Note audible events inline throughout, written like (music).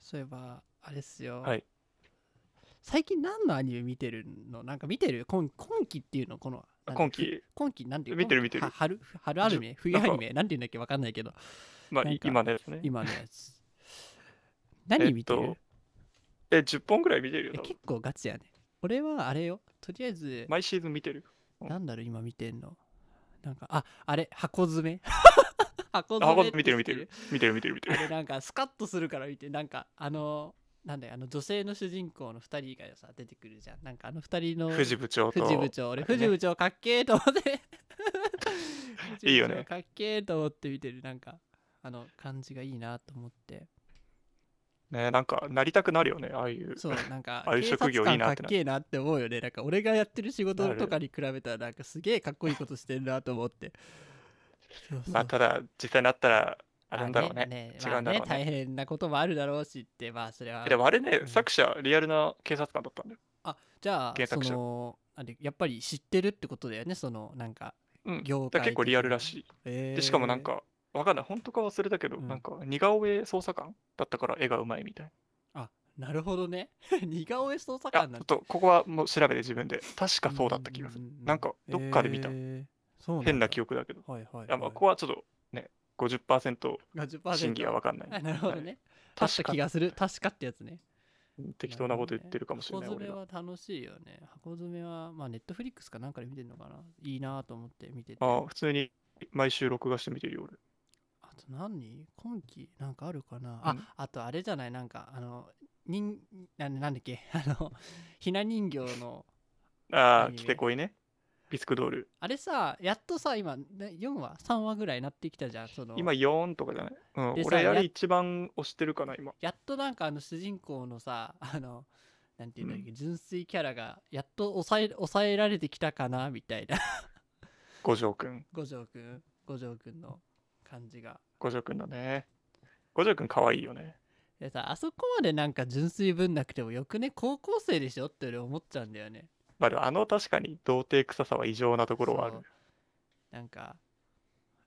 そういえばあれっすよ、はい最近何のアニメ見てるのなんか見てる今今期っていうのこのなんだ今期今期なんていう見て今る見期てるは春春アニメ冬アなんかニメなんていうんだっけわかんないけ (laughs) どまあなんいか今のやつね今のやつ何見てる、えっとえ10本ぐらい見てるよえ多分結構ガチやね俺はあれよとりあえず毎シーズン見てるうんなんだろう今見てんのなんかああれ箱詰 (laughs) め箱あ詰め見てる見てって知ってる見てる見てるあ見てるれなんかスカッとするから見てなんかあのなんだよあの女性の主人公の2人がさ出てくるじゃん (laughs) なんかあの2人の富士部長と藤部長俺あれね藤部長かっけえと思って (laughs) いいよね藤部長かっけえと思って見てるなんかあの感じがいいなと思ってねなんかなりたくなるよねああいうそうなんかああいう職業いいなっ警察官かてなっけえなって思うよねなんか俺がやってる仕事とかに比べたらなんかすげえかっこいいことしてるなと思ってそうそうまあただ実際になったらあれなんだろうねね違うんだろうねまあ大変なこともあるだろうしってまあそれはえでもあれね、うん作者リアルな警察官だったんだよあじゃあ原そ作者のあれやっぱり知ってるってことだよねそのなんかうんだか業ら界結構リアルらい、しいえでしかもなんーかわかんない本当か忘れたけど、うんなんか似顔絵捜査官だったから絵がうまいみたいあなるほどね (laughs) 似顔絵捜査なあ官ちなょんってとここはもう調べて自分で確かそうだった気がする、うううなんかどっかで見たえーそうなんだ変な記憶だけどはいはい、はい、いやまあここはちょっとね50% 50%真偽は分かんないあ (laughs) なるほどね、はい確か気がする確かってやつね適当なこと言ってるかもしれない箱俺詰めがは楽しいよね箱詰めはまあネットフリックスかなんかで見てるのかないいなと思って見ててああ普通に毎週録画して見てるよ俺あと何今期なんかあるかなあ、うんあとあれじゃないなんかあの人なんなんだっけ (laughs) あのひな人形のあアニあメ来てこいねビスクドールあれさやっとさ今ね4話3話ぐらいなってきたじゃんその今4とかじゃない、うんで、さ俺あやれ一番押してるかな今やっとなんかあの主人公のさあのなんていうんだっけ、純粋キャラがやっと抑え抑えられてきたかなみたいな (laughs) 五条くん五条くん五条くんの感じが五条くんだね五条くんかわいいよねでさあそこまでなんか純粋ぶんなくてもよくね高校生でしょって俺思っちゃうんだよねまあでもあの確かに童貞臭さは異常なところはあるそうなんか、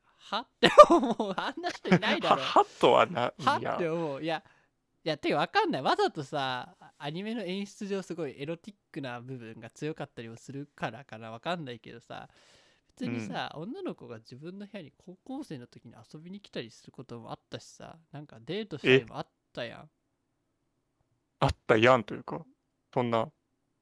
は (laughs) って思う。あんな人いないだはろ。はっとはなはいやって思う。いや、いや、てかわかんない。わざとさ、アニメの演出上すごいエロティックな部分が強かったりもするからかな。わかんないけどさ、別にさ、女の子が自分の部屋に高校生の時に遊びに来たりすることもあったしさ、なんかデートしたりもあったやん。 (laughs) あったやんというかそんな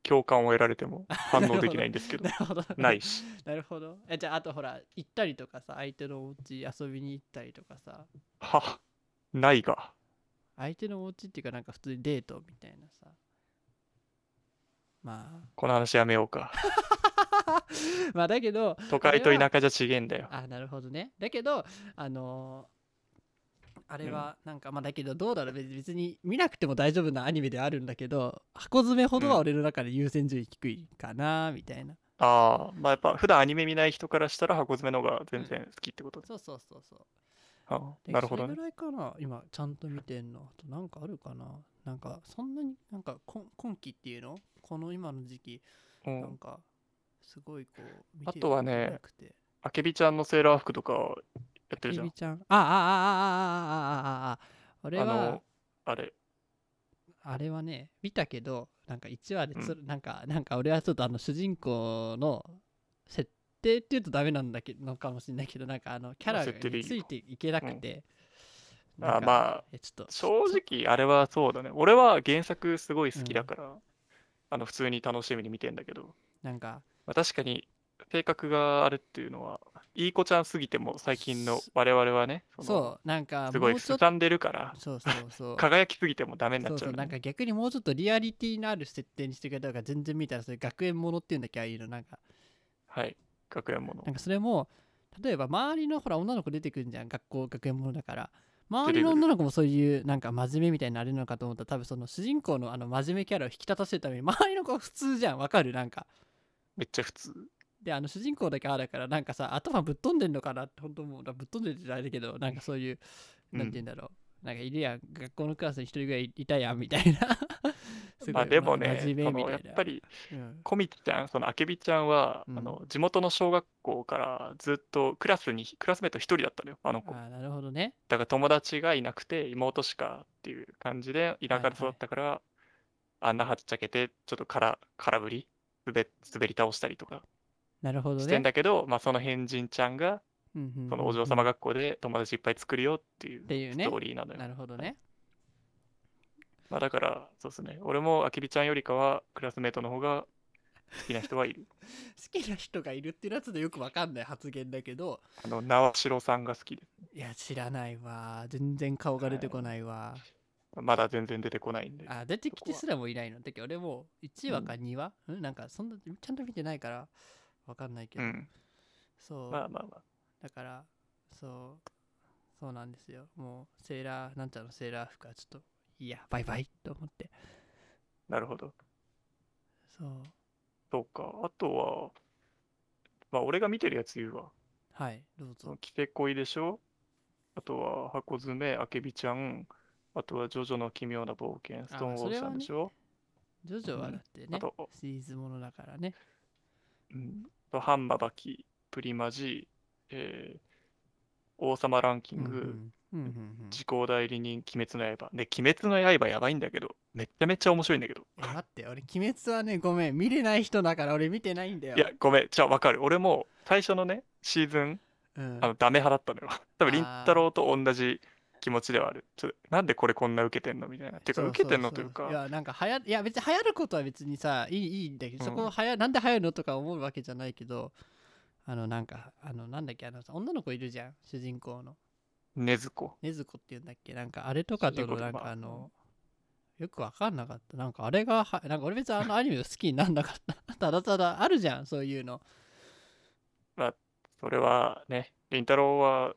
共感を得られても反応できないんですけ (laughs) どなるほど。ないしなるほど。えじゃあ、あとほら、行ったりとかさ、相手のお家遊びに行ったりとかさ、はないが相手のお家っていうかなんか普通にデートみたいなさまこの話やめようかあ (laughs) まあだけど都会と田舎じゃちげえんだよあなるほどねだけどあのーあれはなんか、まあだけどどうだろう別別に見なくても大丈夫なアニメではあるんだけど箱詰めほどはうん俺の中で優先順位低いかなみたいな、ああまあやっぱ普段アニメ見ない人からしたら箱詰めの方が全然好きってことで、そうそうそうそうああでなるほどそれねぐらいかな今ちゃんと見てんのあとなんかあるかななんかそんなになんかこん今期っていうのこの今の時期うなんんかすごいこう見あてるとはことねなくてあけびちゃんのセーラー服とかやってるエじゃんビちゃんあああああああああああ俺あはのあれあれはね見たけどなんか1話でつ、なんかなんか俺はちょっとあの主人公の設定っていうとダメなんだけのかもしれないけどなんかあのキャラ設定でいにいついよていけなくて、あーまああちょっと正直あれはそうだね俺は原作すごい好きだから、あの普通に楽しみに見てんだけど、なんかまあ、確かに性格があれっていうのはいい子ちゃんすぎても最近の我々はねそのそうなんかすごもいうちょすっとさんでるからそうそうそう (laughs) 輝きすぎてもダメになそっうちそゃう,、うね、なんか逆にもうちょっとリアリティのある設定にしてくれた方が全然見たらそれ学園ものっていうんだっけああいうのなんかはい学園ものなんかそれも例えば周りのほら女の子出てくるんじゃん学校学園ものだから周りの女の子もそういうなんか真面目みたいになれるのかと思ったら多分その主人公のあの真面目キャラを引き立たせるために周りの子は普通じゃんわかるなんかめっちゃ普通であの主人公だけああだからなんかさ頭ぶっ飛んでんのかなって本当もうぶっ飛んでるじゃないだけどなんかそういううん (laughs) なんて言うんだろう、なんかいるやん学校のクラスに一人ぐらいいたやんみたいなますごまいあでもまね、真面目そみのたやいっなぱりうんコミちゃん、そのあけびちゃんは、うんあの地元の小学校からずっとクラスにクラスメート一人だったのよ、あのあ子。だーなるほどねから友達がいなくて妹しかっていう感じで田舎で育ったから、あんなはっちゃけてちょっとから空振り滑滑り倒したりとかなるほどしてねんだけど、まあその変人ちゃんがうんうんうんうんそのお嬢様学校で友達いっぱい作るよっていっうストていうねーリーなのよ。なるほどねまあだからそうですね、俺もあけびちゃんよりかはクラスメートの方が好きな人はいる。好きな人がいるっていうのはちょっとよくわかんない発言だけどあの縄代さんが好きでいや知らないわ全然顔が出てこないわ、まだ全然出てこないんで。あ出てきそこてはすらもいないのだけど俺もう1話か2話、うん、なんかそんなちゃんと見てないからわかんないけうど、ん。そう、まあまあまあ。だからそうそうなんですよもうセーラーなんちゃらのセーラー服はちょっといいやバイバイと思ってなるほど。そうそうか。あとは、まあ俺が見てるやつ言うわ。はいどうそぞの、着てこいでしょあとは、箱詰め、あけびちゃん。あとは、ジョジョの奇妙な冒険、ストーンウォールさんでしょジョジョはうんだってあね、とシリーズものだからねうん。あと、ハンマバキ、プリマジ、えー王様ランキうんンうグ、んうんうんうん時効代理人、鬼滅の刃。ね、鬼滅の刃やばいんだけど、めっちゃめちゃ面白いんだけど。え待って俺鬼滅はねごめん見れない人だから俺見てないんだよいや、ごめん、じゃあわかる。俺も最初のね、シーズン、うんあのダメ派だったのよ。 (laughs) 多分あーりんたろーと同じ気持ちではある。ちょなんでこれこんな受けてんのみたいな。てかそう受けてんのそというそいか、やなんか流行いや別に流行ることは別にさいいいいんだけど、うんそこはやなんで流行るのとか思うわけじゃないけどあのなんかあのなんだっけあのさ女の子いるじゃん主人公のねずこ。禰豆子っていうんだっけなんかあれとかと主人の公なとんかかあのよくわかんなかったなんかあれがはなんか俺別にあのアニメを好きになんなかった (laughs) ただただあるじゃんそういうのそれはね、りんたろーは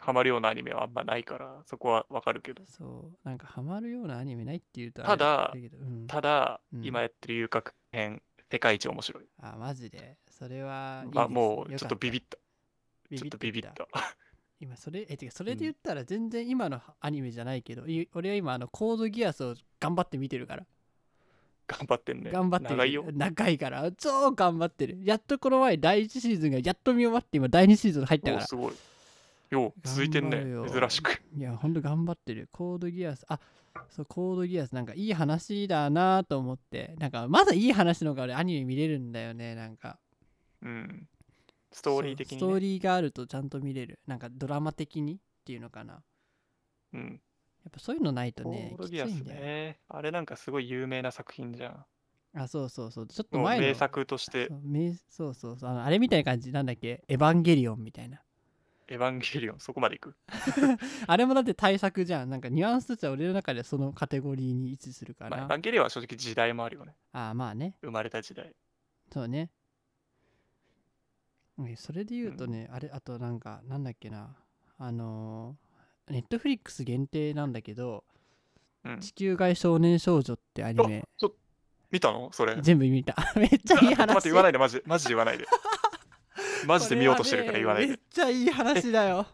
ハマるようなアニメはあんまないから、そこはわかるけど。そうなんかハマるようなアニメないっていうとただあれけどうん、ただ、うん今やってる遊郭編、世界一面白い。あマジでそれはいいですあ、もうよちかょっとビビっった。たちょっとビビった。 (laughs) 今それえてかそれうんで言ったら全然今のアニメじゃないけど、い俺は今あのコードギアスを頑張って見てるから、頑張ってんね。頑張ってる長いよ。長いから超頑張ってるやっとこの前第1シーズンがやっと見終わって今第2シーズン入ったおかお、らすごい。よう、続いてんね頑張。るよ珍しく。いやほんと頑張ってるコードギアスあそうコードギアスなんかいい話だなと思ってなんかまだいい話の方が俺アニメ見れるんだよねなんかうん。ストーリー的に、ね。そうストーリーがあるとちゃんと見れるなんかドラマ的にっていうのかなやうん。っぱそういうのないとコねードギアスきついんだよね。あれなんかすごい有名な作品じゃん。あそうそうそうちょっともう前の名作としてそう名そうそうそうあのあれみたいな感じなんだっけエヴァンゲリオンみたいな「エヴァンゲリオン」そこまでいくあれもだって大作じゃんなんかニュアンスとしては俺の中でそのカテゴリーに位置するかまあエら、ヴァンゲリオンは正直時代もあるよねああまあね生まれた時代そうねうんそれで言うとね、あれあとなんかなんだっけなあのネットフリックス限定なんだけどう「んち地球外少年少女」ってアニメょ見たのそれ全部見た (laughs) めっちゃいいあちょっと待話って言わないでマジマジで言 (laughs) わないでマジで見ようとしてるから言わないこれはねめでっちゃいい話だよ、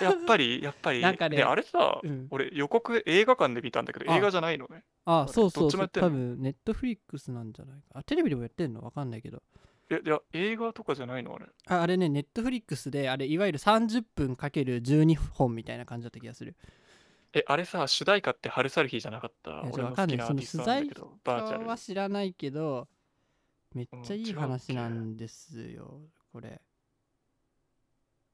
やっぱりやっぱりなんかねね (laughs) あれさうん、俺予告映画館で見たんだけどあ映画じゃないのねああれそうそうどっちそもやうってん多の分ネットフリックスなんじゃないかあテレビでもやってんのわかんないけどえいや映画とかじゃないのあれああれねネットフリックスであれいわゆる30分かける12本みたいな感じだった気がするえあれさ主題歌って春サルヒじゃなかったいやち俺ょのわか好んないきなアーティストなんだけそどバーチャ今日はル知らないけどめっちゃいいうん違うっけ話なんですよこれ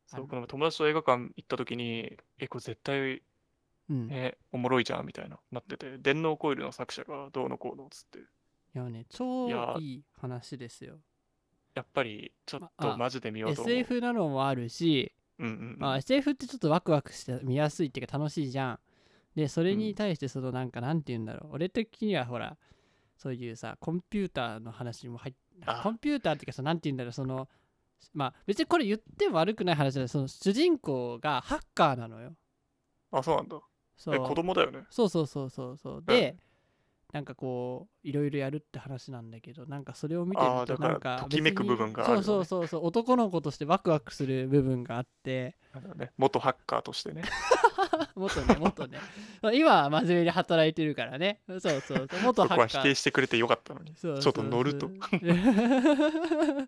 そうこの前友達と映画館行った時にえこれ絶対うん、ね、おもろいじゃんみたいななってて電脳コイルの作者がどうのこうのっつっていやね超いやいい話ですよやっぱりちょっまあとマジで見ようと思う、 SF なのもあるし、うんうんまあ、SF ってちょっとワクワクして見やすいっていうか楽しいじゃんでそれに対してそのなんかなんて言うんだろう、俺的にはほらそういうさコンピューターの話も入っあコンピューターっていうかそのなんて言うんだろうそのまあ別にこれ言っても悪くない話だけどその主人公がハッカーなのよあそうなんだそえ子う供だよねそうそうそうそうそうで、なんかこういろいろやるって話なんだけどなんかそれを見てあーるだとからなんかときめく別に部分があるよねそうそうそうそう男の子としてワクワクする部分があって (laughs) あのね元ハッカーとしてね。元ね元ね今は真面目に働いてるからねそうそうそう元そハこはッ否カ定ーしてくれてよかったのに。そうちょっと乗るとそう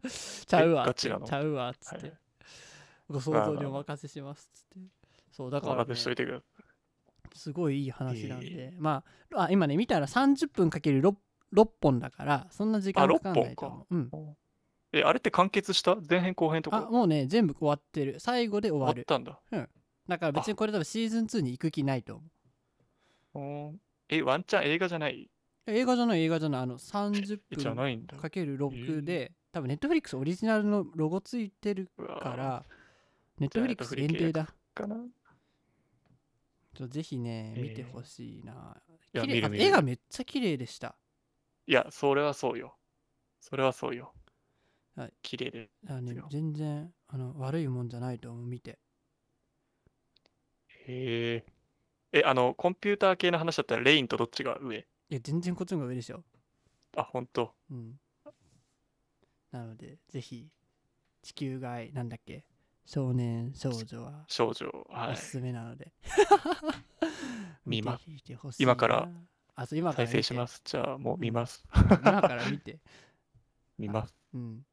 そう (laughs) ちゃうわっガつチっなてのちゃうわっつって、はいご想像にお任せしますっつってそうだおから、ね任、せしといてくださすごいいい話なんで、いえいまああ今ね見たら30分かける 6, 6本だからそんな時間かかんないと思う、うん、い。え、あれって完結した前編後編とあかもうね全部終わってる最後で終わ終わっるたんだ。だから別にこれ多分シーズン2に行く気ないと思ううんえ、ワンチャン映画じゃない映画じゃない映画じゃないあの30えじゃ分ないんだ。かけるえ6ーで、多分ネットフリックスオリジナルのロゴついてるうわーから、ネットフリックス限定だ。かなちょぜひね、えー見てほしいな。いや綺麗見るあ見る絵がめっちゃ綺麗でした。いや、それはそうよ。それはそうよはい。綺麗で。あのねですよ全然あの悪いもんじゃないと思う、見て。へえ。え、あの、コンピューター系の話だったら、レインとどっちが上いや、全然こっちの方が上でしょ。あ、ほんと。うん。なので、ぜひ、地球外、なんだっけ、少年少女は少女。はおい。すすめなので。見ま見てほしいな今から。あ、そう、今から再見。生しますす。じゃあ、もう見ます。今から見て。見ます。うん。